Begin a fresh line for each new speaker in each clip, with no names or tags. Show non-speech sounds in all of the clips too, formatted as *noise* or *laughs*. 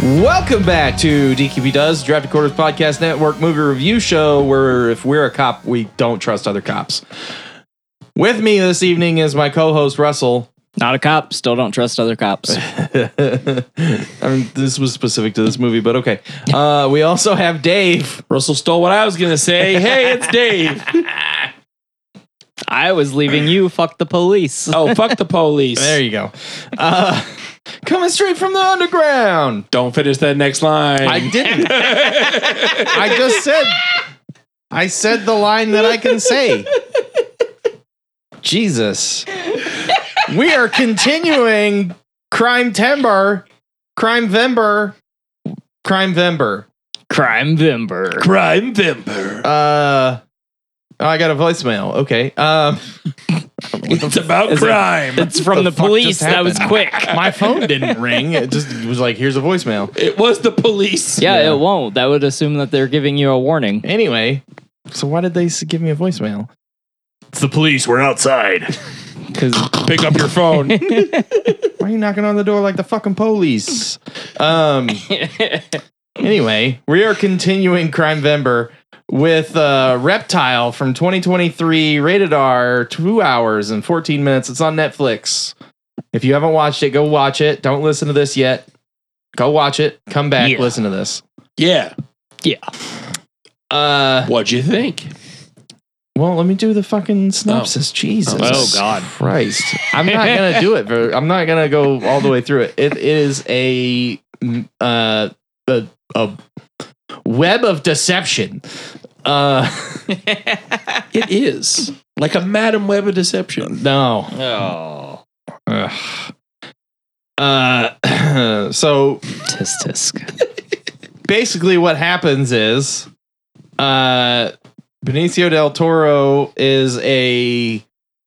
Welcome back to DQB Does Drafted Quarters Podcast Network movie review show, where if we're a cop, we don't trust other cops. With me this evening is my co-host Russell.
Not a cop. Still don't trust other cops.
I mean, this was specific to this movie, but *laughs* okay. Uh, we also have Dave.
Russell stole what I was gonna say. *laughs* Hey, it's Dave.
*laughs* I was leaving you. Fuck the police.
Oh, fuck the police.
There you go. Uh, coming straight from the underground.
Don't finish that next line.
I didn't. *laughs* I just said. I said the line that I can say. Jesus. We are continuing Crime Timber, Crime Vember, Crime Vember.
Crime Vimber.
Crime Vimper.
Uh, oh, I got a voicemail. Okay. Um,
*laughs* It's about
Is it-
crime.
It's from
the
the,
fuck
police.
just
That was
happened?
quick. *laughs*
my phone didn't ring. It *laughs* just was like, here's a voicemail.
it was the police.
Yeah,
Yeah.
it won't. That would assume that they're giving you a warning.
Anyway, so why did they s- give me a voicemail?
It's the police.
*laughs*
We're outside.
'Cause-
Pick up your phone.
Why are you knocking on the door like the fucking police?
*laughs*
Um. Anyway, we are continuing Crime Vember with uh, Reptile from 2023, rated R, two hours and 14 minutes. It's on Netflix. If you haven't watched it, go watch it. Don't listen to this yet. Go watch it. Come back,
Yeah.
listen to this.
yeah.
Uh,
What'd you think?
well, let me do the fucking synopsis. Jesus,
Oh, God. *laughs*
Christ! I'm not gonna do it. For, I'm not gonna go all the way through it. It is a mm, uh, a, a web of deception. Uh, *laughs*
It is like a Madam Web of deception.
no.
oh.
Ugh. Uh, *clears throat* so
Tisk tisk.
basically, what happens is, uh, Benicio del Toro is a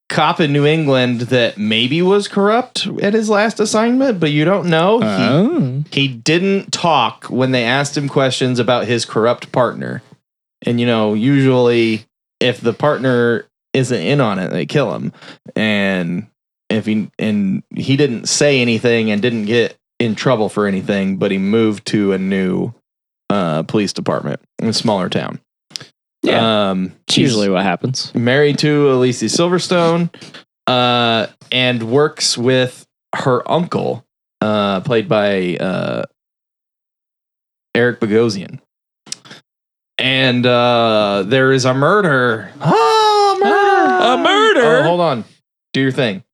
cop in New England that maybe was corrupt at his last assignment, but you don't know.
*laughs* Oh.
He, he didn't talk when they asked him questions about his corrupt partner, and you know, usually if the partner isn't in on it, they kill him. And if he and he didn't say anything and didn't get in trouble for anything, but he moved to a new uh, police department in a smaller town.
Yeah.
um,
It's usually what happens.
he's married to Elise Silverstone, uh, and works with her uncle, uh, played by uh, Eric Bogosian. And uh, there is a murder. Oh,
Ah, A murder.
Oh, hold on. Do your thing.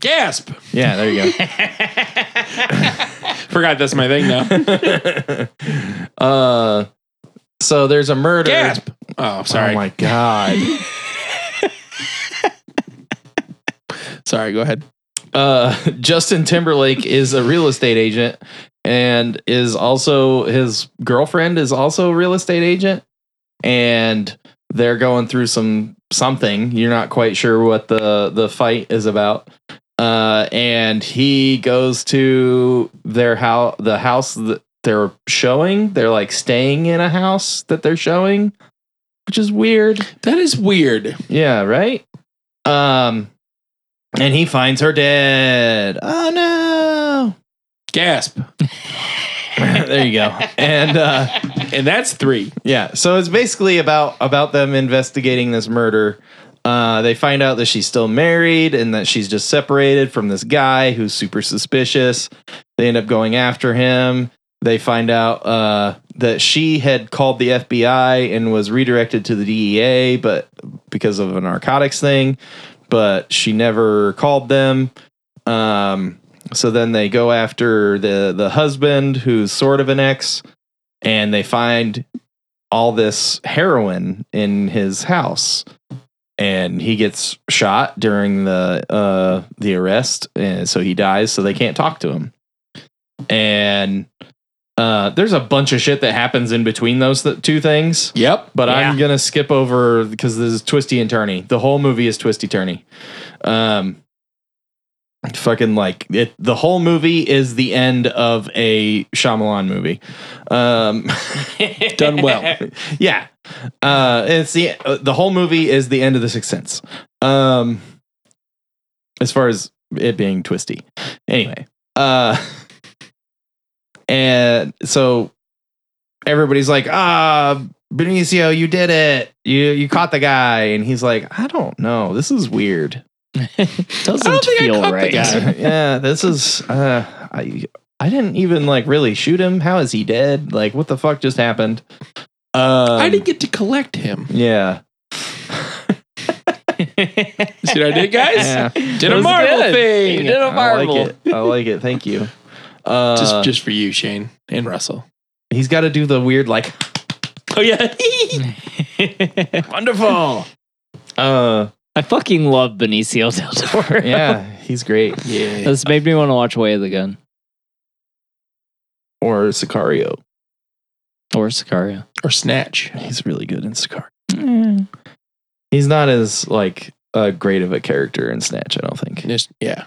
Gasp.
Yeah, there you go.
Forgot that's my thing now.
*laughs* uh, so there's a murder.
*laughs* Gasp. Oh, sorry.
Oh my god.
sorry. Go ahead.
uh, *laughs* Justin Timberlake is a real estate agent and is also his girlfriend is also a real estate agent and they're going through some something you're not quite sure what the the fight is about uh and he goes to their house the house that they're showing they're like staying in a house that they're showing which is weird
That is weird.
yeah, right? Um and he finds her dead. Oh
Gasp.
no. *laughs* there you go. And uh
And that's three.
yeah, so it's basically about about them investigating this murder. Uh they find out that she's still married and that she's just separated from this guy who's super suspicious. They end up going after him. They find out uh that she had called the FBI and was redirected to the DEA, but because of a narcotics thing, but she never called them. Um, so then they go after the the husband, who's sort of an ex, and they find all this heroin in his house, and he gets shot during the uh, the arrest, and so he dies. So they can't talk to him, and. Uh, there's a bunch of shit that happens in between those th- two things
Yep.
but I'm
Yeah.
gonna skip over because this is twisty and turny. The whole movie is twisty turny. Um, fucking like it. The whole movie is the end of a Shyamalan movie. Um,
*laughs*
Done *laughs* well.
yeah, uh, it's the uh, the whole movie is the end of the Sixth Sense. Um, as far as it being twisty, anyway. Uh, And so everybody's like, ah, Benicio, you did it. You you caught the guy. And he's like, I don't know. This is
*laughs*
weird.
Doesn't
think I
feel
caught the
right.
guy.
yeah, this is uh I I didn't even like really shoot him. How is he dead? Like what the fuck just happened? Uh
I didn't get to collect him.
Yeah.
*laughs*
See what I did, guys? *laughs*
Yeah.
Did
That
a
was
Marvel
good.
thing.
You did a
I
marvel.
like it. I like it. Thank *laughs* you. Uh,
just, just for you, Shane and Russell.
he's got to do the weird like
Oh yeah. *laughs*
*laughs*
wonderful. Uh,
I fucking love Benicio del Toro.
*laughs* yeah, he's great.
*laughs*
yeah.
This made me want to watch Way of the Gun
Or Sicario.
or Sicario.
Or snatch.
He's really good in Sicario. He's not as like uh, great of a character in Snatch, I don't think.
Just, yeah.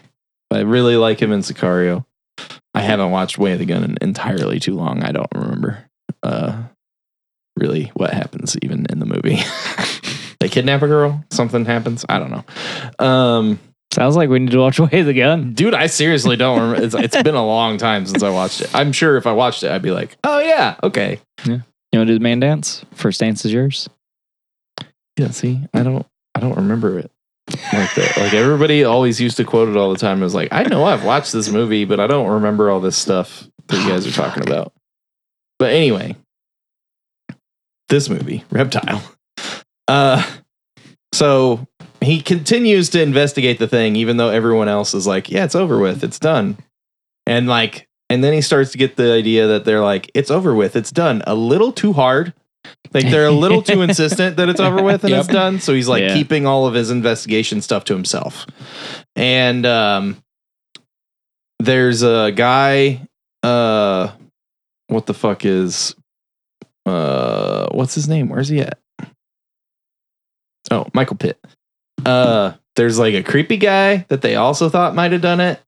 But I really like him in Sicario. I haven't watched Way of the Gun in entirely too long. I don't remember uh, really what happens even in the movie. *laughs* they kidnap a girl. Something happens. I don't know. Um,
Sounds like we need to watch Way of the Gun.
Dude, I seriously don't remember. It's, it's been a long time since I watched it. I'm sure if I watched it, I'd be like, oh, yeah, okay.
You want to do the man dance? First dance
*laughs*
is yours.
Yeah, see, I don't, I don't remember it like that. Like everybody always used to quote it all the time. It was like, I know I've watched this movie, but I don't remember all this stuff that you guys are talking about. But anyway, this movie, Reptile. Uh, so he continues to investigate the thing, even though everyone else is like, yeah, it's over with, it's done. And like, and then he starts to get the idea that they're like, it's over with, it's done. A little too hard. Like they're a little too insistent that it's over with and it's
*laughs* Yep.
done. So he's like
Yeah.
keeping all of his investigation stuff to himself. And um there's a guy, uh what the fuck is uh what's his name? Where's he at? Oh, Michael Pitt. Uh there's like a creepy guy that they also thought might have done it.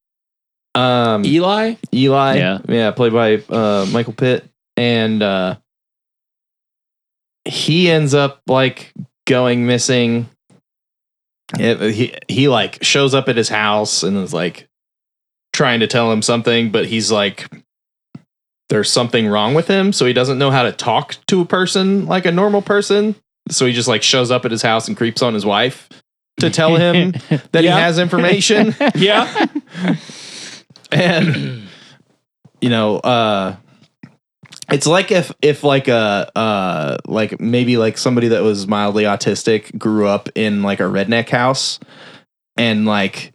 Um
Hmm. Eli.
Eli.
Yeah.
played by uh, Michael Pitt. And uh, he ends up like going missing. It- he, he like shows up at his house and is like trying to tell him something, but he's like, there's something wrong with him. So he doesn't know how to talk to a person like a normal person. So he just like shows up at his house and creeps on his wife to tell him that
Yeah.
he has information.
*laughs* Yeah. *laughs*
and you know uh it's like if if like a uh like maybe like somebody that was mildly autistic grew up in like a redneck house and like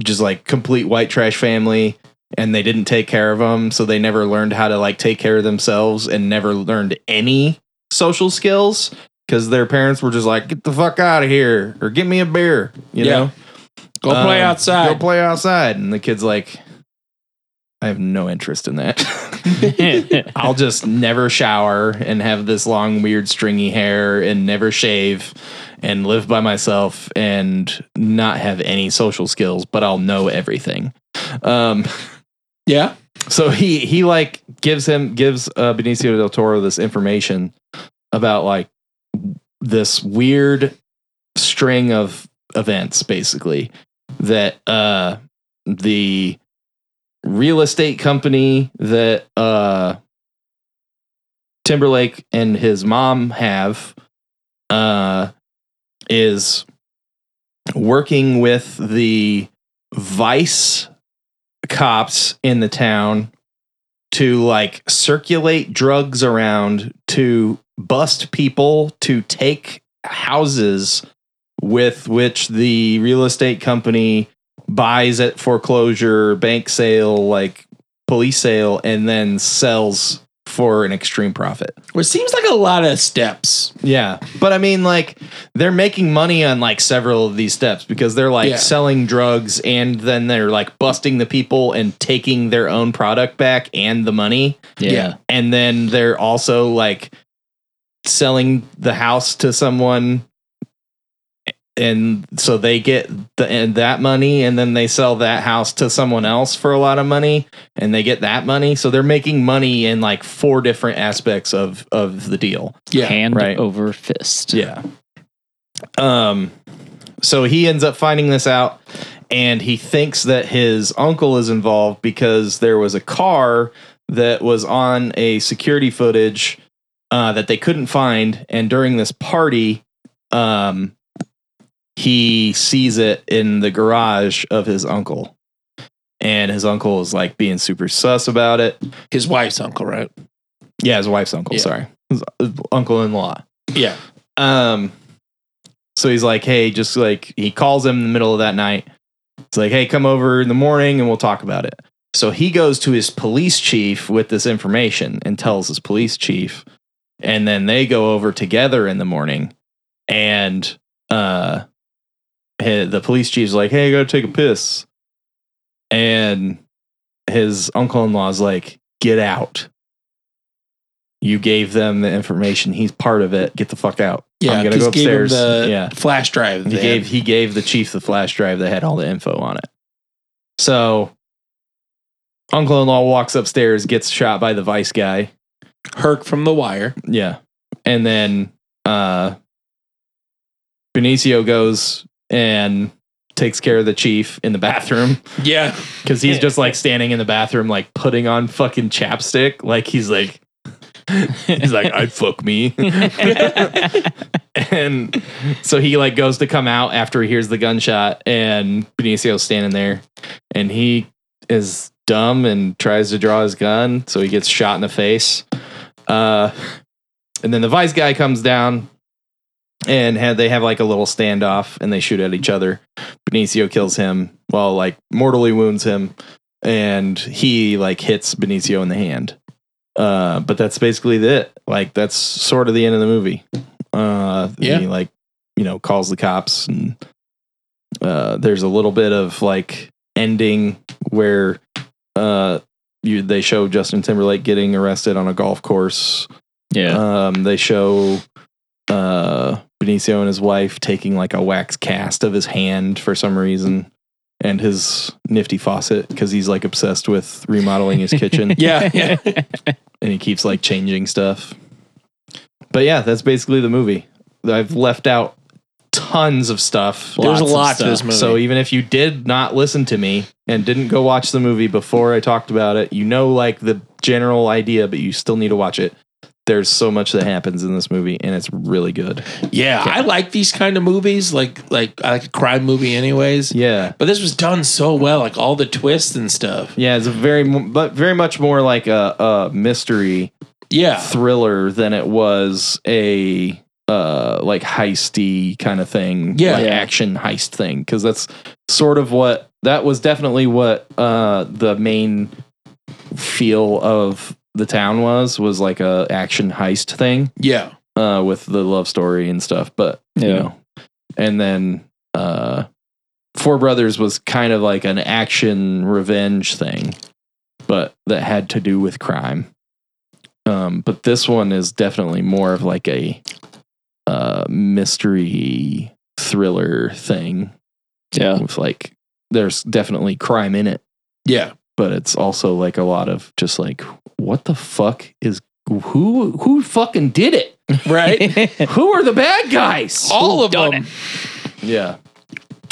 just like complete white trash family and they didn't take care of them so they never learned how to like take care of themselves and never learned any social skills because their parents were just like get the fuck out of here or get me a beer you
Yeah.
know
Go play
um,
outside.
Go play outside. And the kid's like, I have no interest in that. *laughs* I'll just never shower and have this long, weird, stringy hair and never shave and live by myself and not have any social skills, but I'll know everything. Um,
yeah.
so he he like gives him gives uh, Benicio del Toro this information about like this weird string of events basically that uh the real estate company that uh Timberlake and his mom have uh is working with the vice cops in the town to like circulate drugs around to bust people to take houses with which the real estate company buys at foreclosure, bank sale, like police sale, and then sells for an extreme profit.
Well, it seems like a lot of steps.
Yeah. But I mean, like, they're making money on like several of these steps because they're like
Yeah.
selling drugs and then they're like busting the people and taking their own product back and the money.
yeah.
And then they're also like selling the house to someone. And so they get the, and that money and then they sell that house to someone else for a lot of money and they get that money. So they're making money in like four different aspects of, of the deal.
*laughs*
Yeah.
Hand
Right.
over fist.
Yeah. Um so he ends up finding this out and he thinks that his uncle is involved because there was a car that was on a security footage uh, that they couldn't find. And during this party, um, he sees it in the garage of his uncle. And his uncle is like being super sus about it.
His wife's uncle, right?
Yeah, his wife's uncle.
Yeah.
Sorry, his uncle in law.
Yeah.
Um, so he's like, hey, just like he calls him in the middle of that night. It's like, hey, come over in the morning and we'll talk about it. So he goes to his police chief with this information and tells his police chief, and then they go over together in the morning, and uh, hi- the police chief's like, hey, go take a piss, and his uncle-in-law's like, get out. You gave them the information. He's part of it. Get the fuck out.
Yeah.
I'm gonna go
just gave him
upstairs.
the
yeah,
flash drive.
he
then.
gave he gave the chief the flash drive that had all the info on it. So uncle in law walks upstairs, gets shot by the vice guy.
Herc from The Wire.
Yeah. And then uh Benicio goes and takes care of the chief in the bathroom *laughs*
Yeah.
because he's just like standing in the bathroom, like putting on fucking chapstick. Like he's like *laughs* he's like, I'd fuck me. *laughs* and so he like goes to come out after he hears the gunshot and Benicio's standing there and he is dumb and tries to draw his gun so he gets shot in the face uh and then the vice guy comes down and had they have like a little standoff and they shoot at each other Benicio kills him well like mortally wounds him and he like hits Benicio in the hand uh but that's basically it like that's sort of the end of the movie uh
Yeah.
he like you know calls the cops and uh there's a little bit of like ending where uh you they show Justin Timberlake getting arrested on a golf course
*laughs*
*laughs*
yeah.
um, they show uh, Benicio and his wife taking like a wax cast of his hand for some reason and his nifty faucet because he's like obsessed with remodeling his
*laughs*
kitchen
*laughs* Yeah. Yeah.
and he keeps like changing stuff. But yeah, that's basically the movie. I've left out tons of stuff.
There's a
of
lot to
stuff.
this movie.
So even if you did not listen to me and didn't go watch the movie before I talked about it, you know like the general idea, but you still need to watch it. There's so much that happens in this movie, and it's really good.
yeah. I like these kind of movies. Like like I like a crime movie, anyways.
Yeah,
But this was done so well. Like all the twists and stuff.
yeah, it's a very, mo- but very much more like a, a mystery
Yeah.
thriller than it was a uh like heisty kind of thing.
Yeah.
like
Yeah.
action heist thing because that's sort of what that was definitely what uh the main feel of the town was was like a action heist thing
Yeah.
uh with the love story and stuff but you
Yeah.
know and then uh four brothers was kind of like an action revenge thing but that had to do with crime um but this one is definitely more of like a uh mystery thriller thing
Yeah.
with like there's definitely crime in it *laughs*
Yeah.
but it's also like a lot of just like what the fuck is who who fucking did it
Right.
*laughs* who are the bad guys
all of
Done
them.
yeah.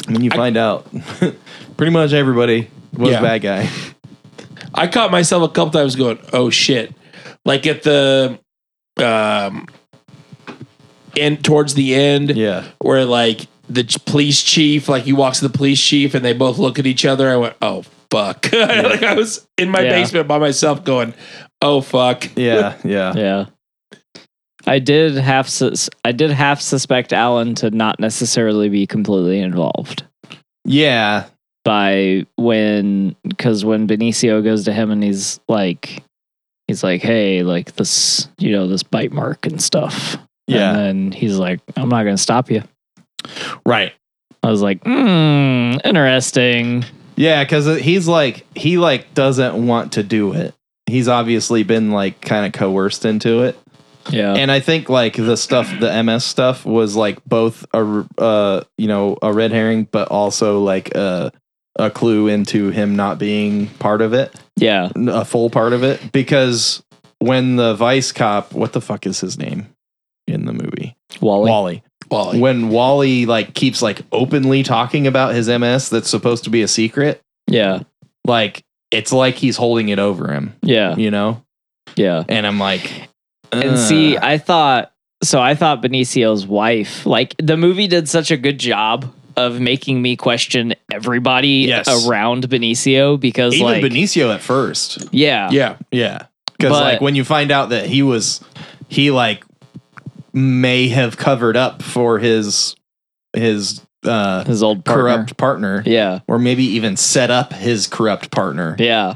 When you find out, *laughs* pretty much everybody was
Yeah.
bad guy.
I caught myself a couple times going, "Oh shit!" Like at the um end towards the end,
Yeah.
where like the ch- police chief, like he walks to the police chief, and they both look at each other. I went, "Oh fuck!" *laughs* like I was in my
Yeah.
basement by myself, going, "Oh fuck!"
Yeah. Yeah.
Yeah. I did half sus- I did half suspect Alan to not necessarily be completely involved
Yeah.
by when cuz when Benicio goes to him and he's like he's like hey like this you know this bite mark and stuff.
Yeah.
And then he's like I'm not going to stop you.
Right.
I was like, hmm, interesting.
Yeah. Cause he's like, he like doesn't want to do it. He's obviously been like kind of coerced into it.
Yeah.
And I think like the stuff, the MS stuff was like both a, uh, you know, a red herring, but also like a, a clue into him not being part of it.
yeah.
a full part of it because when the vice cop, what the fuck is his name in the movie?
Wally.
Wally.
Wally.
When Wally like keeps like openly talking about his MS that's supposed to be a secret,
Yeah.
like it's like he's holding it over him,
Yeah.
you know?
Yeah.
And I'm like,
And
"Ugh."
see, I thought so. I thought Benicio's wife, like the movie, did such a good job of making me question everybody
Yes.
around Benicio because,
even
like,
Benicio at first.
yeah,
Yeah.
Yeah. Because
But-
like when you find out that he was, he like may have covered up for his his uh
his old partner.
corrupt partner,
Yeah,
or maybe even set up his corrupt partner.
yeah,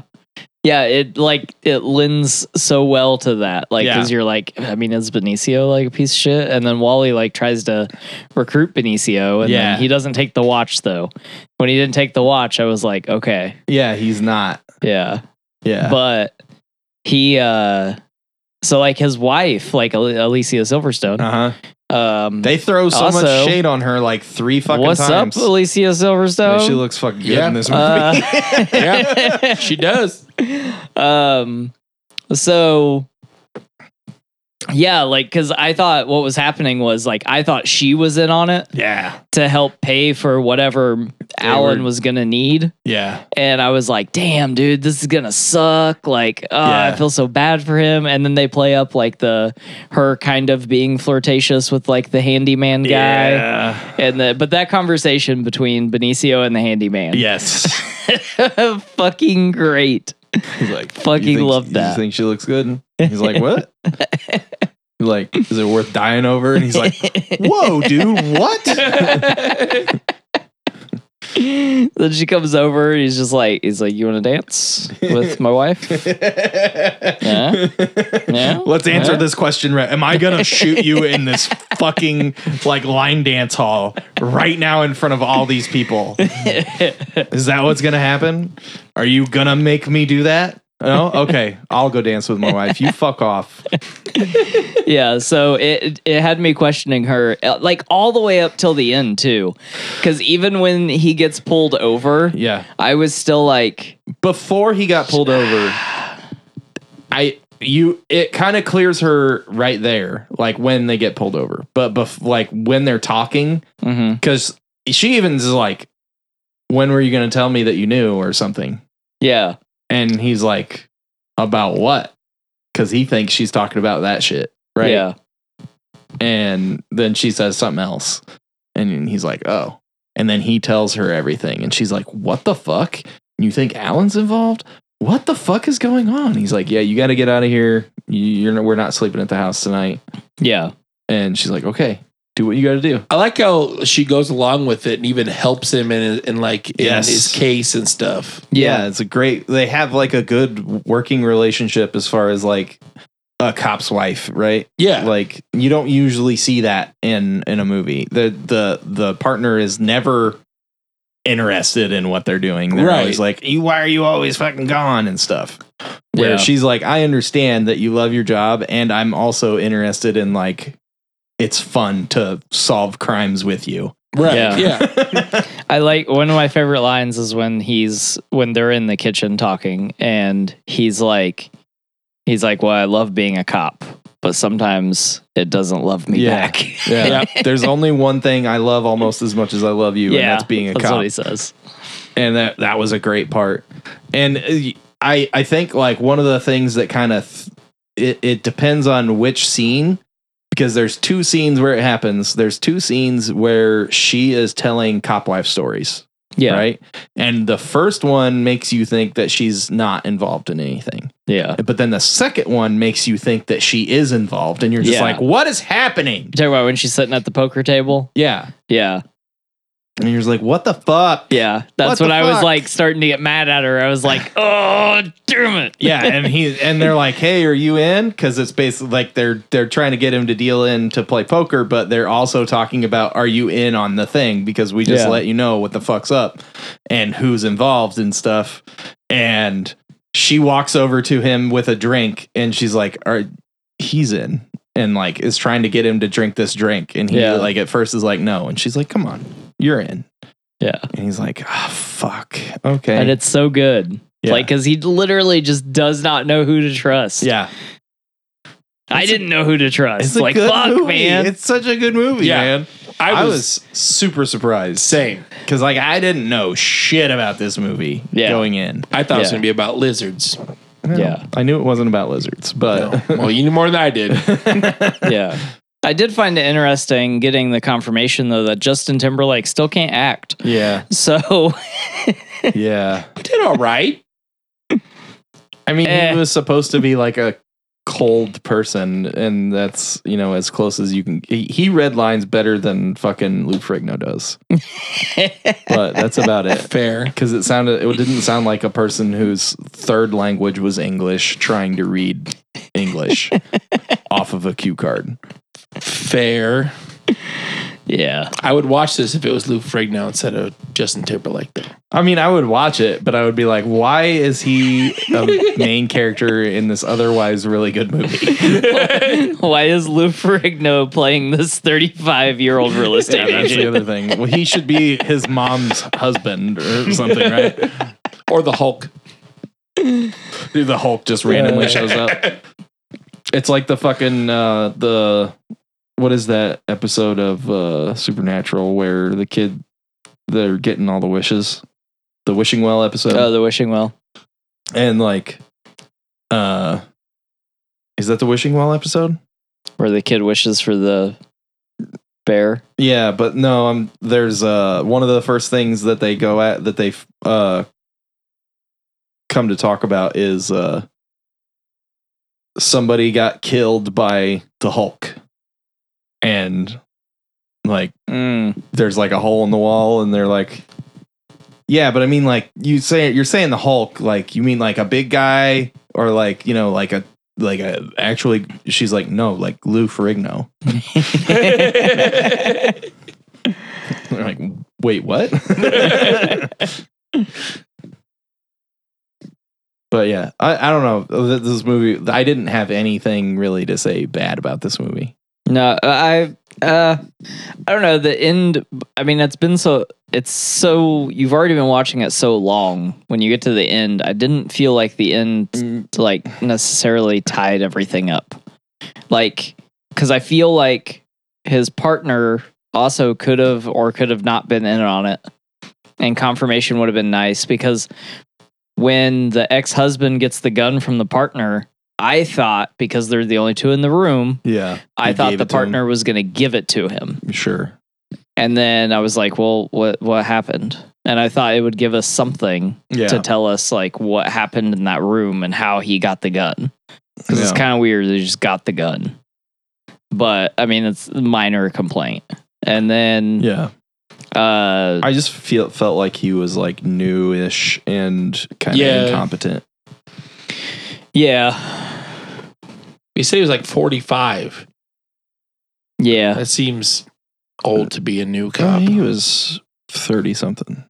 yeah. It like it lends so well to that, like,
Yeah.
because you're like, I mean, is Benicio like a piece of shit? And then Wally like tries to recruit Benicio, and
Yeah.
then he doesn't take the watch though. When he didn't take the watch, I was like, okay,
Yeah, he's not.
yeah.
Yeah.
but he uh so like his wife like Al- alicia silverstone
uh huh.
um
They throw so
Also-
much shade on her like three fucking
what's
times.
up alicia
Man, she
silverstone
looks fucking good
Yeah.
in this movie. *laughs*
Uh,
Yeah. *laughs* She does.
um so yeah like because i thought what was happening was like i thought she was in on it
yeah.
to help pay for whatever alan
were-
was gonna need
Yeah.
and I was like, "Damn, dude, this is gonna suck." Like, oh,
Yeah.
I feel so bad for him. And then they play up like the her kind of being flirtatious with like the handyman guy,
Yeah.
and the but that conversation between Benicio and the handyman,
Yes.
*laughs* fucking great.
He's like,
*laughs* Fucking
"You think-
love
You
that."
think she looks good? And He's like,
*laughs*
what? He's like, is it worth dying over? And he's like, whoa, dude,
*laughs*
what?
then she comes over. And he's just like, he's like, "You want to dance with my wife?"
*laughs*
Yeah? Yeah?
Let's answer
Yeah?
this question right. Am I gonna shoot you in this fucking like line dance hall right now in front of all these people? Is that what's gonna happen? Are you gonna make me do that? No? Okay. I'll go dance with my wife. You fuck off.
yeah so it it had me questioning her uh, like all the way up till the end too because even when he gets pulled over
Yeah.
i was still like
Before he got pulled over, I you it kind of clears her right there, like when they get pulled over. But bef- like when they're talking,
mhm,
because she even is like, "When were you going to tell me that you knew or something?"
yeah
And he's like, "About what?" Because he thinks she's talking about that shit, right?
yeah
And then she says something else, and he's like, "Oh." And then he tells her everything, and she's like, "What the fuck? You think Alan's involved?" What the fuck is going on? He's like, yeah, you got to get out of here. You- You're no- we're not sleeping at the house tonight.
yeah
And she's like, okay, do what you got to do.
I like how she goes along with it and even helps him in, in like in
Yes.
his case and stuff.
yeah, it's a great they have like a good working relationship as far as like a cop's wife right
Yeah.
like you don't usually see that in in a movie the the the partner is never interested in what they're doing they're
Right.
always like you why are you always fucking gone and stuff where
Yeah.
she's like i understand that you love your job and i'm also interested in like it's fun to solve crimes with you
right.
Yeah.
Yeah.
i like one of my favorite lines is when he's when they're in the kitchen talking and he's like he's like well i love being a cop but sometimes it doesn't love me
Yeah. *laughs*
back
yeah. there's only one thing i love almost as much as i love you and that's being a
that's
cop
what he says
and that that was a great part. And uh, I I think like one of the things that kind of th- it it depends on which scene because there's two scenes where it happens. There's two scenes where she is telling cop wife stories,
yeah
right? And the first one makes you think that she's not involved in anything.
yeah
But then the second one makes you think that she is involved and you're just
Yeah.
like, "What is happening?"
you talking about when she's sitting at the poker table
Yeah.
yeah
And you're just like, "What the fuck?"
Yeah,
What
that's
the
when I
fuck?
was like starting to get mad at her. I was
*laughs*
like, "Oh, damn it!"
yeah and he and they're like hey are you in because it's basically like they're they're trying to get him to deal in to play poker but they're also talking about are you in on the thing because we just
Yeah.
let you know what the fuck's up and who's involved and stuff and she walks over to him with a drink and she's like are he's in and like is trying to get him to drink this drink and he
Yeah.
like at first is like no and she's like come on you're in
Yeah,
and he's like ah fuck okay
and it's so good,
Yeah.
like because he literally just does not know who to trust.
yeah
I didn't know who to trust.
It's a
like
good
fuck,
movie.
man.
It's such a good movie,
Yeah.
man. *laughs* I was, super surprised.
same.
Because like I didn't know shit about this movie
Yeah.
going in.
I thought it was
Yeah.
going to be about lizards.
Yeah.
I knew it wasn't about lizards,
No.
*laughs*
but
well, you knew more than I did. *laughs*
yeah. *laughs* I did find it interesting getting the confirmation though that Justin Timberlake still can't act.
*laughs* yeah,
So *laughs*
yeah.
I did all right.
I mean,
Eh.
he was supposed to be like a cold person, and that's you know as close as you can. He, he read lines better than fucking Lou Frigno
*laughs*
does, but that's about it.
Fair.
Because it sounded, it didn't sound like a person whose third language was English trying to read English off of a cue card.
Fair.
yeah.
I would watch this if it was Lou Frigno instead of Justin Timberlake. Though.
*laughs* I mean, I would watch it, but I would be like, why is he a main character in this otherwise really good movie?
Why is Lou Ferrigno playing this 35 year old real estate *laughs*
Yeah, that's the
agent?
other thing. Well, he should be his mom's husband or something, right?
Or the Hulk.
The Hulk just randomly shows up. *laughs* It's like the fucking uh the what is that episode of uh Supernatural where the kid they're getting all the wishes. The wishing well episode.
Oh, the wishing well.
and like uh is that the wishing well episode?
Where the kid wishes for the bear.
Yeah, but no, um, there's uh one of the first things that they go at that they uh come to talk about is uh somebody got killed by the Hulk, and like
Mm.
there's like a hole in the wall, and they're like, yeah, but I mean like you say you're saying the Hulk, like you mean like a big guy or like you know like a like a actually she's like no like Lou Ferrigno. They're like, wait, what? but yeah, I, I don't know. Th- This movie, I didn't have anything really to say bad about this movie.
No, I uh I don't know, the end I mean it's been so it's so you've already been watching it so long. When you get to the end, I didn't feel like the end like necessarily tied everything up. Like cuz I feel like his partner also could have or could have not been in on it. And confirmation would have been nice because when the ex-husband gets the gun from the partner, I thought because they're the only two in the room
Yeah.
I
He
thought
gave
the
it to him.
partner was going to give it to him.
Sure.
And then I was like, well, what what happened? And I thought it would give us something
Yeah.
to tell us like what happened in that room and how he got the gun. Cuz it's
Yeah.
kind of weird they just got the gun. But I mean, it's a minor complaint. And then
yeah.
uh
I just feel felt like he was like newish and kind of
Yeah.
incompetent.
yeah.
He said he was like 45.
Yeah.
That seems old to be a new
Uh,
cop.
he was 30 something.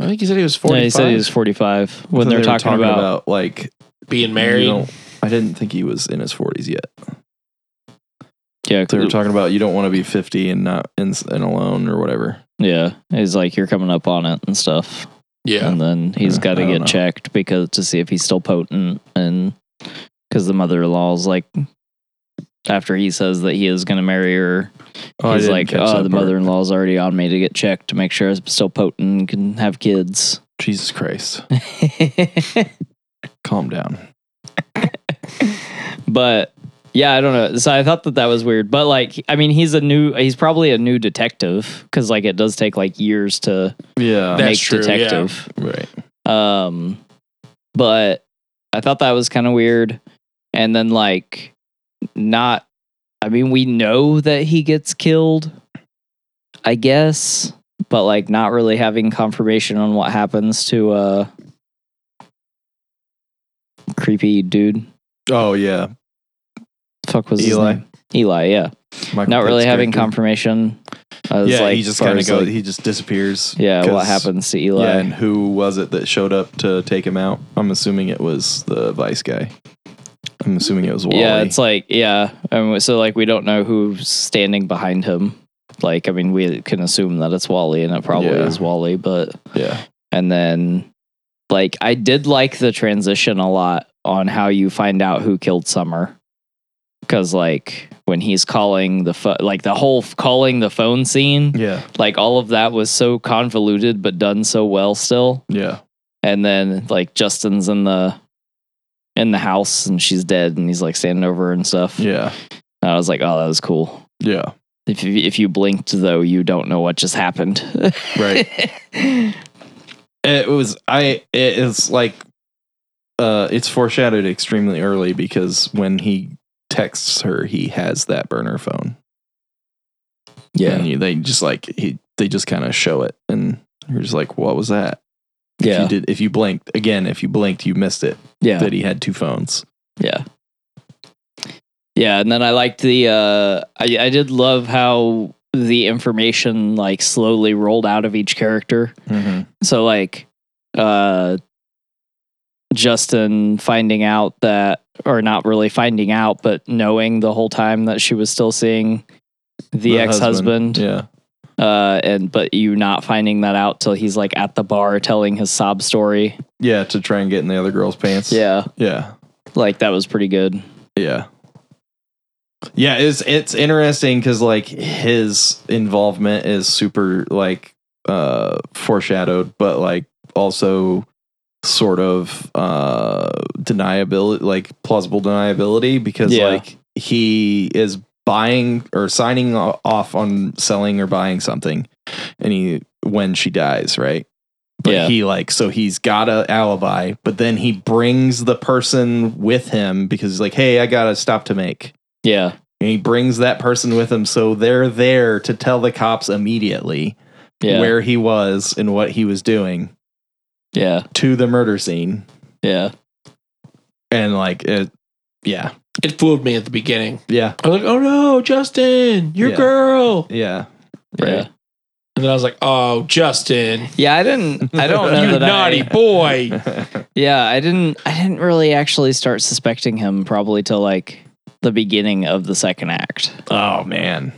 I think he said he was 45.
Yeah, he said he was 45 when
So
they're
they were
talking, about,
like,
being
you
married.
don't- I didn't think he was in his 40s yet.
yeah,
They were talking about you don't want to be 50 and not and, and alone or whatever.
yeah. He's like you're coming up on it and stuff.
Yeah.
and then he's
Yeah,
got
I
to
don't
get
know.
checked because to see if he's still potent and because the mother-in-law's like after he says that he is going to marry her
I
he's
didn't
like
catch that
oh the
part.
mother-in-law's already on me to get checked to make sure i'm still potent and can have kids
Jesus
*laughs*
Christ.
but
Calm down.
*laughs* yeah i don't know so i thought that that was weird but like i mean he's a new he's probably a new detective because like it does take like years to
Yeah.
That's
make
true, yeah.
detective
right.
Um, but I thought that was kind of weird. And then like, not. I mean, we know that he gets killed, I guess, but like not really having confirmation on what happens to uh creepy dude.
Oh yeah.
Fuck was his
Eli.
name? Eli, yeah.
Michael
Not really
Pitt's
having
character.
confirmation. I was
Yeah,
like,
he just
far
kind of
as,
goes.
like,
he just disappears.
yeah, what
'cause-
happens to Eli?
Yeah, and who was it that showed up to take him out? I'm assuming it was the vice guy. I'm assuming it was Wally.
Yeah, it's like yeah. Um, so like we don't know who's standing behind him. Like I mean, we can assume that it's Wally, and it probably
Yeah.
is Wally. But
yeah,
and then like I did like the transition a lot on how you find out who killed Summer. because like when he's calling the pho- like the whole f- calling the phone scene,
Yeah.
like all of that was so convoluted but done so well still.
Yeah.
And then like Justin's in the in the house and she's dead and he's like standing over her and stuff.
Yeah.
And I was like, oh, that was cool.
Yeah.
If you, if you blinked though, you don't know what just happened. *laughs*
Right. it was I it is like uh it's foreshadowed extremely early because when he texts her he has that burner phone. And you- they just like he they just kind of show it and you're just like what was that? If
yeah,
you did if you blinked again if you blinked you missed it
yeah.
that he had two phones.
Yeah. Yeah, and then I liked the uh I, I did love how the information like slowly rolled out of each character. So like uh Justin finding out that or not really finding out, but knowing the whole time that she was still seeing the, ex-husband.
Yeah.
Uh and but you not finding that out till he's like at the bar telling his sob story.
Yeah, to try and get in the other girl's pants.
Yeah.
Yeah.
Like that was pretty good.
Yeah. Yeah, it's it's interesting because like his involvement is super like uh foreshadowed, but like also sort of uh deniability like plausible deniability because
Yeah.
like he is buying or signing o- off on selling or buying something and he when she dies, right? But
Yeah.
he like so he's got a alibi, but then he brings the person with him because he's like, "Hey, I got a stop to make."
Yeah.
And he brings that person with him, so they're there to tell the cops immediately
Yeah.
where he was and what he was doing
yeah.
to the murder scene.
Yeah.
And like, it, yeah,
It fooled me at the beginning.
yeah,
I was like, oh no, Justin, your
Yeah.
girl.
yeah,
Yeah.
And then I was like, oh, Justin,
Yeah, I didn't. I
*laughs*
don't know
you
Oh, that.
naughty
I, *laughs*
boy.
yeah, I didn't. I didn't really actually start suspecting him probably till like the beginning of the second act,
*laughs* Oh man,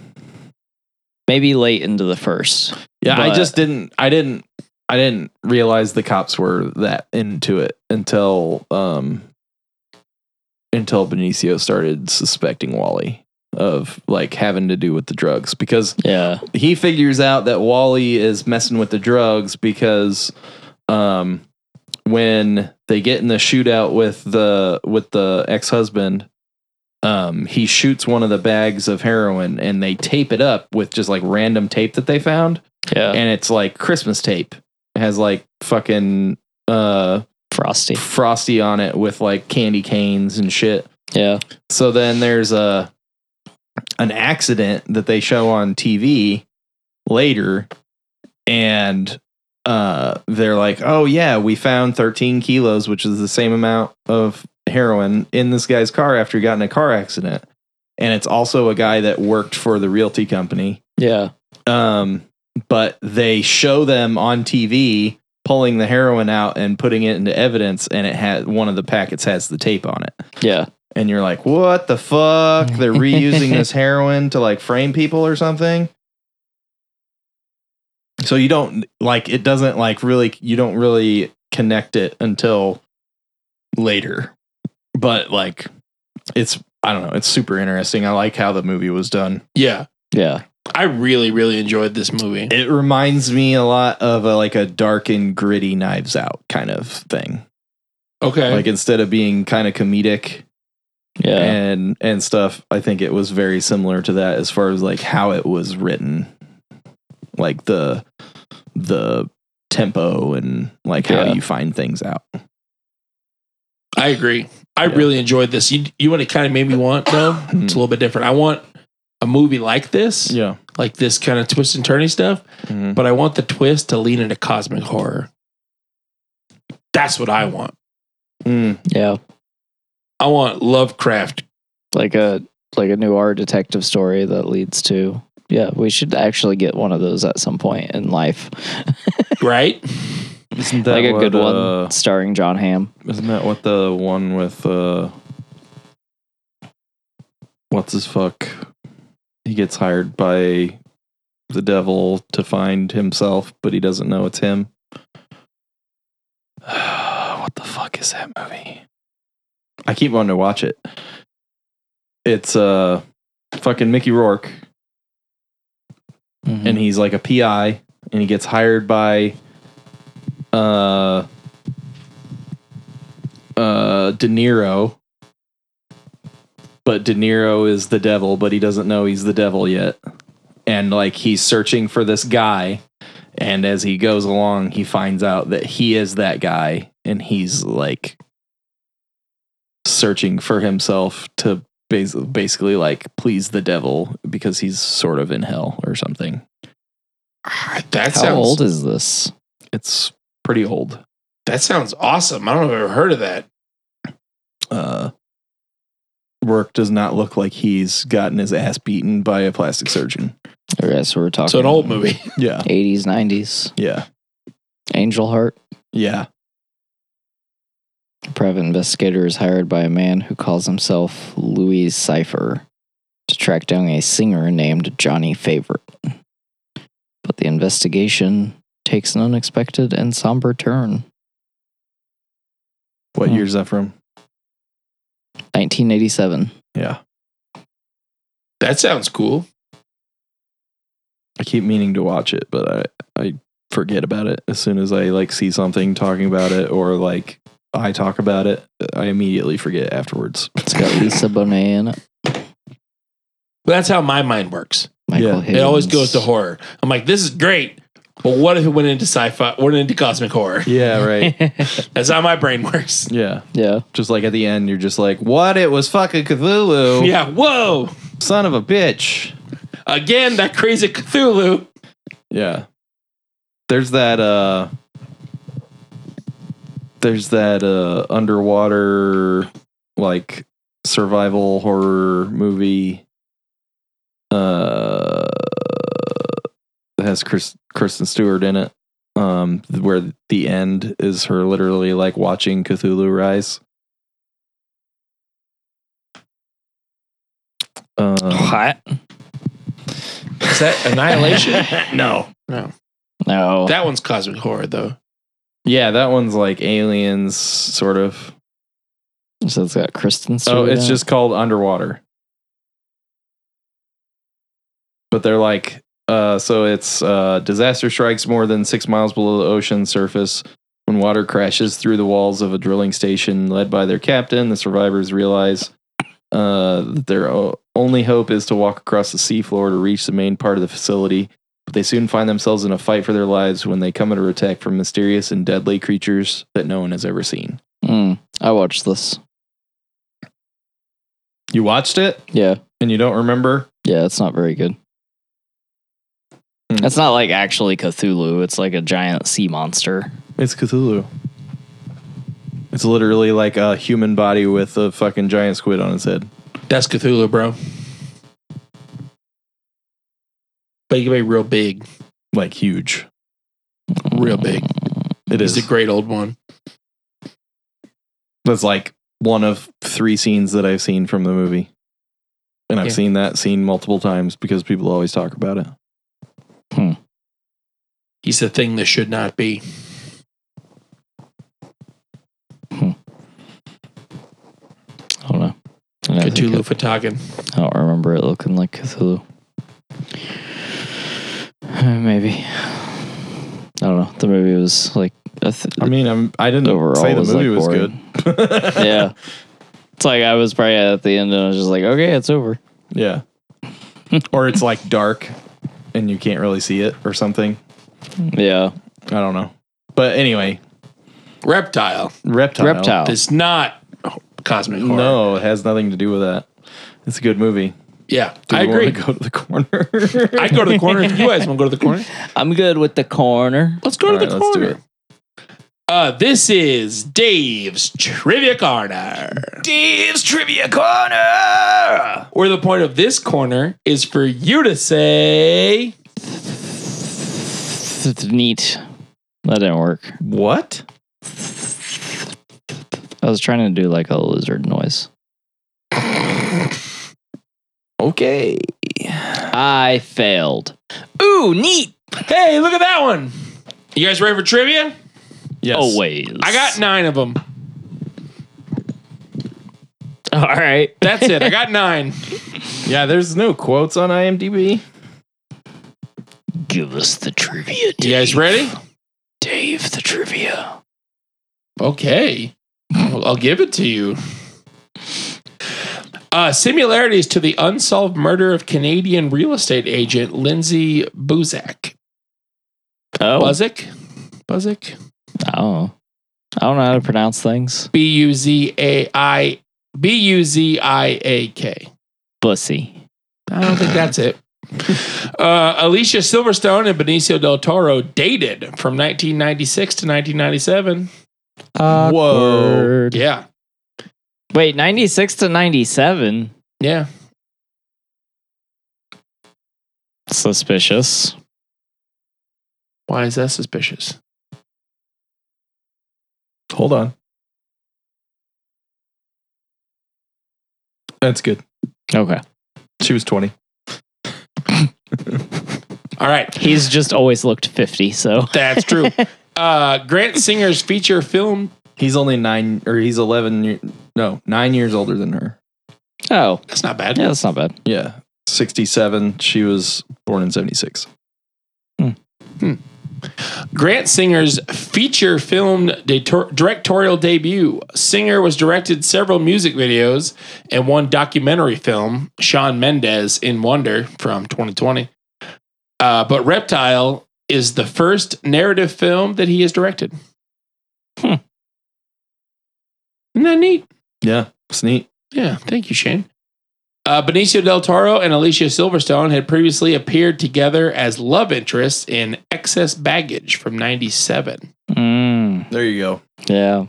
maybe late into the first.
yeah. I
But-
just didn't. I didn't. I didn't realize the cops were that into it until um until Benicio started suspecting Wally of like having to do with the drugs because
Yeah,
he figures out that Wally is messing with the drugs because um when they get in the shootout with the with the ex-husband um he shoots one of the bags of heroin and they tape it up with just like random tape that they found
yeah.
and it's like Christmas tape it has like fucking uh
Frosty.
frosty on it with like candy canes and shit
Yeah,
so then there's a an accident that they show on TV later, and uh, they're like, "Oh yeah, we found 13 kilos, which is the same amount of heroin in this guy's car after he got in a car accident." And it's also a guy that worked for the realty company
yeah,
um, but they show them on TV pulling the heroin out and putting it into evidence, and it had one of the packets has the tape on it,
yeah,
and you're like, "What the fuck? They're reusing this heroin to like frame people or something." So you don't like it doesn't like really you don't really connect it until later, but like it's I don't know it's super interesting. I like how the movie was done.
yeah.
yeah,
I really, really enjoyed this movie.
It reminds me a lot of a, like a dark and gritty Knives Out kind of thing.
Okay.
Like instead of being kind of comedic
yeah,
and and stuff, I think it was very similar to that as far as like how it was written, like the the tempo and like how
Yeah.
you find things out.
I agree. I
Yeah. Mm.
really enjoyed this. You you want to kind of made me want though.
*laughs*
It's a little bit different. I want a movie like this,
Yeah,
like this kind of twist and turny stuff,
Mm-hmm.
but I want the twist to lean into cosmic horror. That's what I want.
Mm.
yeah.
I want Lovecraft.
Like a like a new noir detective story that leads to. Yeah, we should actually get one of those at some point in
*laughs*
life.
Right?
isn't that
like a
what,
good
uh,
one starring John Hamm.
Isn't that what the one with uh what's his fuck? He gets hired by the devil to find himself, but he doesn't know it's him. *sighs* what the fuck is that movie? I keep wanting to watch it. it's uh fucking Mickey Rourke
Mm-hmm.
and he's like a PI and he gets hired by uh uh De Niro but De Niro is the devil but he doesn't know he's the devil yet and like he's searching for this guy and as he goes along he finds out that he is that guy and he's like searching for himself to bas- basically like please the devil because he's sort of in hell or something
Ah, That
How
sounds
old is this?
it's pretty old.
that sounds awesome. I don't know if I've ever heard of that.
Uh, Rourke does not look like he's gotten his ass beaten by a plastic surgeon.
Okay, so we're talking.
So an old movie. *laughs*
Yeah,
80s, 90s.
yeah,
Angel Heart.
yeah.
A private investigator is hired by a man who calls himself Louis Cipher to track down a singer named Johnny Favorite. But the investigation takes an unexpected and somber turn.
What
Hmm.
year's that from?
1987.
Yeah,
That sounds cool.
I keep meaning to watch it, but I I forget about it as soon as I like see something talking about it or like I talk about it. I immediately forget afterwards.
It's got Lisa Bonet in it.
But that's how my mind works.
Michael
Yeah, it
Higgins.
It always goes to horror. I'm like, this is great. But what if it went into sci-fi? Went into cosmic horror?
Yeah, right.
That's how my brain works.
*laughs* yeah,
*laughs* yeah.
just like at the end, you're just like, "What? It was fucking Cthulhu,
*laughs* Yeah. Whoa.
son of a bitch."
Again, that crazy Cthulhu.
Yeah. There's that uh there's that uh underwater like survival horror movie uh that has Chris Kristen Stewart in it. Um where the end is her literally like watching Cthulhu rise. Uh,
What?
Is that Annihilation? *laughs* no. No.
No.
That one's cosmic horror though.
yeah, that one's like aliens sort of.
so it's got Kristen Stewart.
Oh, it's
in it.
just called underwater. But they're like, uh, so it's uh, disaster strikes more than six miles below the ocean surface. When water crashes through the walls of a drilling station led by their captain, the survivors realize uh, that their o- only hope is to walk across the seafloor to reach the main part of the facility. But they soon find themselves in a fight for their lives when they come under attack from mysterious and deadly creatures that no one has ever seen.
Mm, I watched this.
You watched it
Yeah.
and you don't remember?
Yeah, it's not very good.
Hmm.
It's not like actually Cthulhu. It's like a giant sea monster.
It's Cthulhu. It's literally like a human body with a fucking giant squid on its head.
That's Cthulhu, bro. But he can be real big,
Like huge.
real big.
Mm, It
He's
is.
a great old one.
That's like one of three scenes that I've seen from the movie. And I've
Yeah.
seen that scene multiple times because people always talk about it.
He's the thing that should not be.
I don't know. I don't, think
Cthulhu
it-
for talking.
I don't remember it looking like Cthulhu. Uh, Maybe. I don't know. The movie was like a th-
I mean, I'm I didn't
overall
say the
was
movie
like
was
boring.
good.
yeah. It's like I was probably at the end and I was just like, okay, it's over.
Yeah.
*laughs*
or it's like dark and you can't really see it or something.
Yeah.
I don't know. But anyway,
Reptile
Reptile.
Reptile.
does not cosmic horror.
No, it has nothing to do with that. It's a good movie.
Yeah,
Do
I
we
agree.
want to go to the *laughs* corner?
I go to the
*laughs*
corner. If you guys want to go to the corner,
I'm good with the corner.
*laughs* let's go
All
to
right,
the
let's do
corner.
it.
Uh, this is Dave's Trivia Corner. Dave's Trivia Corner! Where the point of this corner is for you to say.
Neat. That didn't work.
What?
I was trying to do like a lizard noise.
Okay.
I failed. Ooh, neat.
Hey, look at that one! You guys ready for trivia?
Yes.
Always.
I got nine of them.
Oh, All right.
That's it. I got nine.
Yeah, there's no quotes on IMDb.
Give us the trivia.
You guys ready?
Dave, the trivia.
Okay. I'll I'll give it to you. Uh, similarities to the unsolved murder of Canadian real estate agent Lindsay Buzak.
Oh,
Buzak? Buzak?
oh. I don't know how to pronounce things.
B U Z A I B U Z I A K.
Bussy.
I don't think that's it. Uh, Alicia Silverstone and Benicio del Toro dated from 1996 to 1997.
Whoa.
Yeah.
Wait, 96 to 97?
Yeah.
Suspicious.
Why is that suspicious?
Hold on. That's good.
Okay.
She was 20.
All right.
He's just always looked 50, so.
That's true. uh, Grant Singer's feature film.
He's only nine, or he's 11, year- no, nine years older than her.
Oh,
That's not bad.
yeah, that's not bad.
Yeah. 67. She was born in 76.
Grant Singer's feature film dator- directorial debut. Singer was directed several music videos and one documentary film, Sean Mendez in Wonder from 2020. Uh, but Reptile is the first narrative film that he has directed.
Hmm.
Isn't that neat?
Yeah. It's neat.
Yeah, thank you, Shane. Uh, Benicio del Toro and Alicia Silverstone had previously appeared together as love interests in Excess Baggage from 97.
Mm,
There you go.
yeah.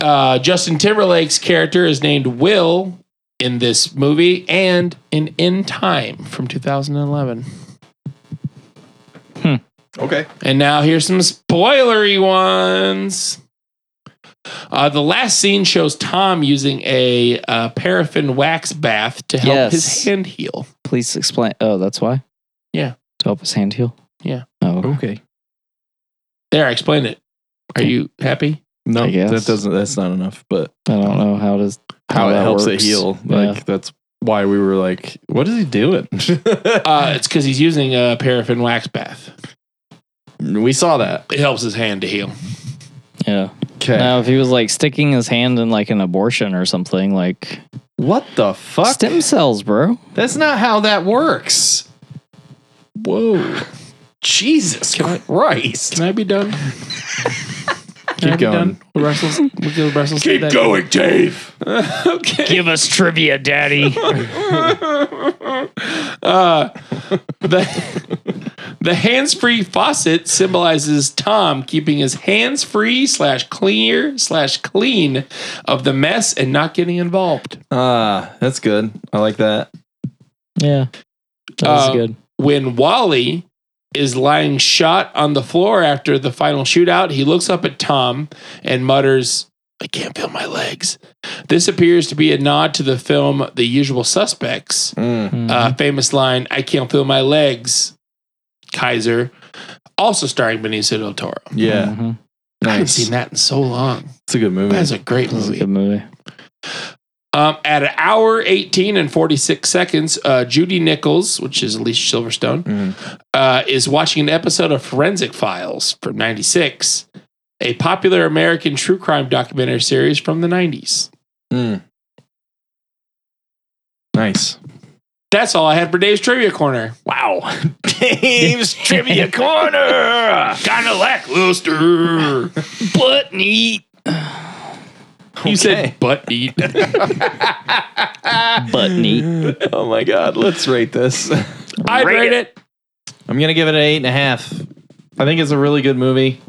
Uh, Justin Timberlake's character is named Will in this movie and in In Time from 2011.
Okay.
And now here's some spoilery ones. Uh, the last scene shows Tom using a uh, paraffin wax bath to help
Yes.
his hand heal.
Please explain. Oh, that's why?
Yeah.
To help his hand heal?
Yeah.
Oh, okay.
Okay.
There, I explained it. Are you happy?
No,
I guess.
that doesn't, that's not enough, but
I don't know how to.
how, it
that
helps
works.
it heal. Like,
Yeah.
that's why we were like, what is he doing? *laughs*
Uh, it's because he's using a paraffin wax bath.
we saw that.
It helps his hand to heal.
Yeah.
Okay.
Now, if he was like sticking his hand in like an abortion or something, like
what the fuck?
stem cells, bro.
That's not how that works. Whoa. Jesus
Can I-
Christ.
Can I be done? Can I
Keep
be
going.
done? Will Russell, will Russell say that?
Dave.
*laughs* okay.
Give us trivia, daddy.
uh, the the hands free faucet symbolizes Tom keeping his hands free slash clear slash clean of the mess and not getting involved.
Ah, that's good. I like that.
*laughs* yeah. That was
Uh,
good.
When Wally is lying shot on the floor after the final shootout, he looks up at Tom and mutters, I can't feel my legs. This appears to be a nod to the film The Usual Suspects.
Mm.
Mm-hmm.
uh, famous line, I can't feel my legs, Kaiser, also starring Benicio del Toro.
Yeah.
Mhm.
Mm. I haven't
Nice.
seen that in so long.
It's a good movie.
That's a great
Mm. That was a
movie.
good movie.
Um, at an hour 18 and 46 seconds, uh, Judy Nichols, which is Alicia Silverstone,
Mhm.
uh, is watching an episode of Forensic Files from 96, a popular American true crime documentary series from the 90s.
Mm. Nice.
That's all I had for Dave's Trivia Corner.
Wow. *laughs* Dave's
*laughs*
Trivia
Corner.
Kind of lackluster.
But neat.
*laughs*
You said butt eat.
But neat.
oh my God. Let's rate *laughs* this.
I'd
Rate
rate it.
I'm going to give it an eight and a half. I think it's a really good movie.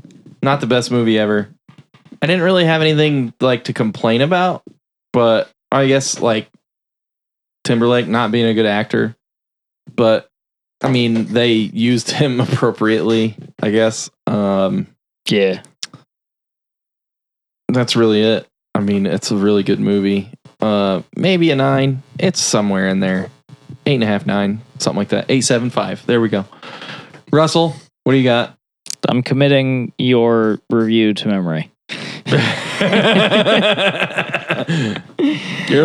Not the best movie ever. I didn't really have anything like to complain about, but I guess like Timberlake not being a good actor. But I mean, they used him *laughs* appropriately, I guess. Um
Yeah.
that's really it. I mean, it's a really good movie. Uh maybe a nine. It's somewhere in there. Eight and a half, nine, something like that. Eight seven five. There we go. Russell, what do you got?
I'm committing your review to memory.
*laughs* You're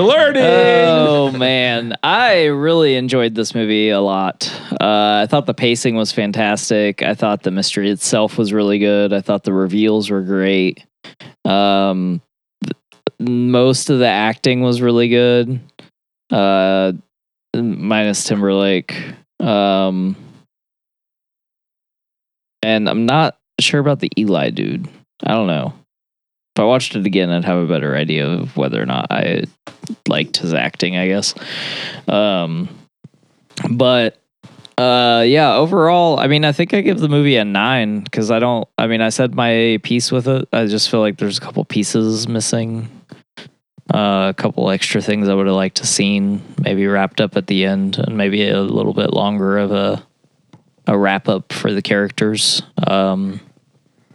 learning.
Uh,
Oh man, I really enjoyed this movie a lot. Uh, I thought the pacing was fantastic. I thought the mystery itself was really good. I thought the reveals were great. Um, th- most of the acting was really good. Uh, minus Timberlake. Um, and I'm not sure about the Eli dude. I don't know. If I watched it again, I'd have a better idea of whether or not I liked his acting, I guess. Um, but uh, yeah, overall, I mean, I think I give the movie a nine because I don't. I mean, I said my piece with it. I just feel like there's a couple pieces missing, uh, a couple extra things I would have liked to seen, maybe wrapped up at the end, and maybe a little bit longer of a a wrap up for the characters. Um,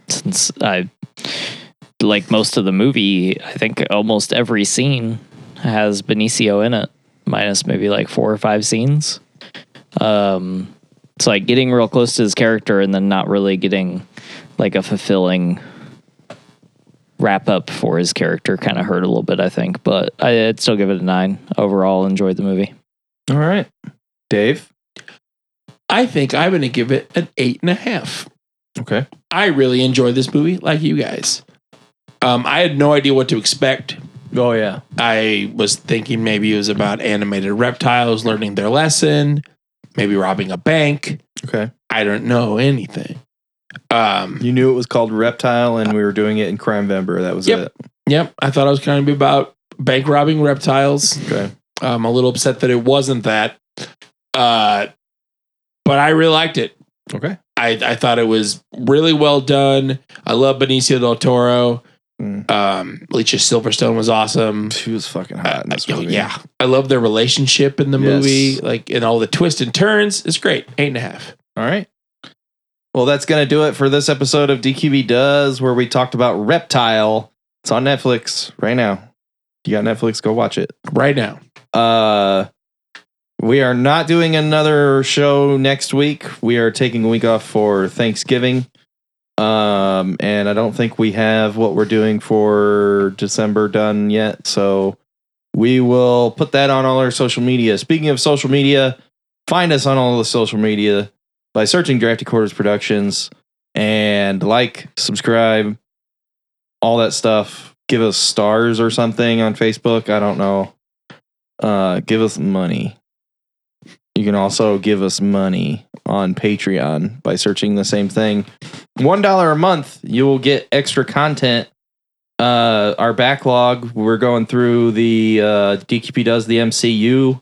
since I like most of the movie, I think almost every scene has Benicio in it, minus maybe like four or five scenes. Um, it's like getting real close to his character and then not really getting like a fulfilling wrap up for his character kind of hurt a little bit, I think. But I, I'd still give it a nine overall. Enjoyed the movie.
All right, Dave.
I think I'm going to give it an eight and a half.
Okay.
I really enjoyed this movie, like you guys. Um, I had no idea what to expect.
Oh yeah.
I was thinking maybe it was about animated reptiles learning their lesson, maybe robbing a bank.
Okay.
I don't know anything. Um,
You knew it was called Reptile, and we were doing it in Crime Vember. That was
Yep.
it.
Yep. I thought it was going to be about bank robbing reptiles.
Okay.
I'm a little upset that it wasn't that. Uh, but I really liked it.
Okay.
I, I thought it was really well done. I love Benicio del Toro.
Mm.
Um, Alicia Silverstone was awesome.
She was fucking
Uh,
hot in this
oh,
movie.
yeah. I love their relationship in the
Yes.
movie, like and all the twists and turns. It's great. Eight and a half.
All right. Well, that's going to do it for this episode of DQB Does, where we talked about Reptile. It's on Netflix right now. You got Netflix? Go watch it.
Right now.
Uh, we are not doing another show next week. We are taking a week off for Thanksgiving. Um, and I don't think we have what we're doing for December done yet. So we will put that on all our social media. Speaking of social media, find us on all the social media by searching Drafty Quarters Productions and like, subscribe, all that stuff. Give us stars or something on Facebook. I don't know uh, give us money. You can also give us money on Patreon by searching the same thing. One dollar a month, you will get extra content. Uh, our backlog, we're going through the uh, DQP does the MCU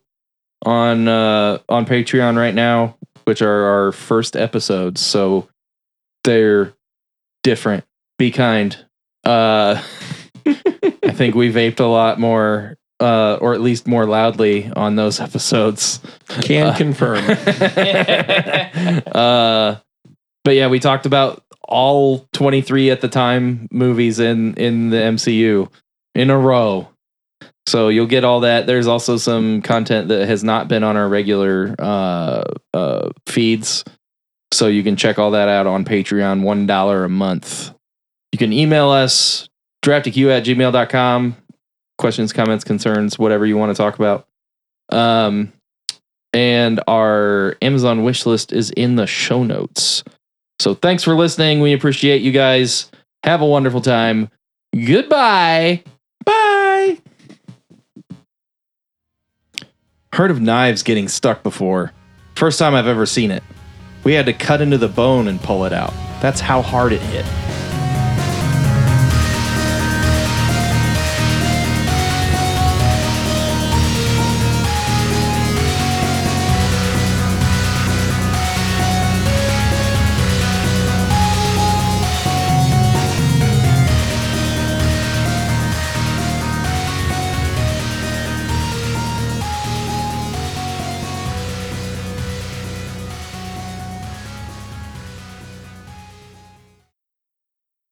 on uh, on Patreon right now, which are our first episodes, so they're different. Be kind. Uh, *laughs* I think we vaped a lot more, uh, or at least more loudly on those *laughs* episodes. *laughs*
Can
Uh,
confirm.
*laughs* uh, but yeah, we talked about all 23 at the time movies in in the MCU in a row. So you'll get all that. There's also some content that has not been on our regular uh, uh, feeds, so you can check all that out on Patreon. One dollar a month. You can email us draftyq at gmail.com. Questions, comments, concerns, whatever you want to talk about. Um, and our Amazon wish list is in the show notes. So thanks for listening. We appreciate you guys. Have a wonderful time. Goodbye. Bye. Heard of knives getting stuck before. First time I've ever seen it. We had to cut into the bone and pull it out. That's how hard it hit.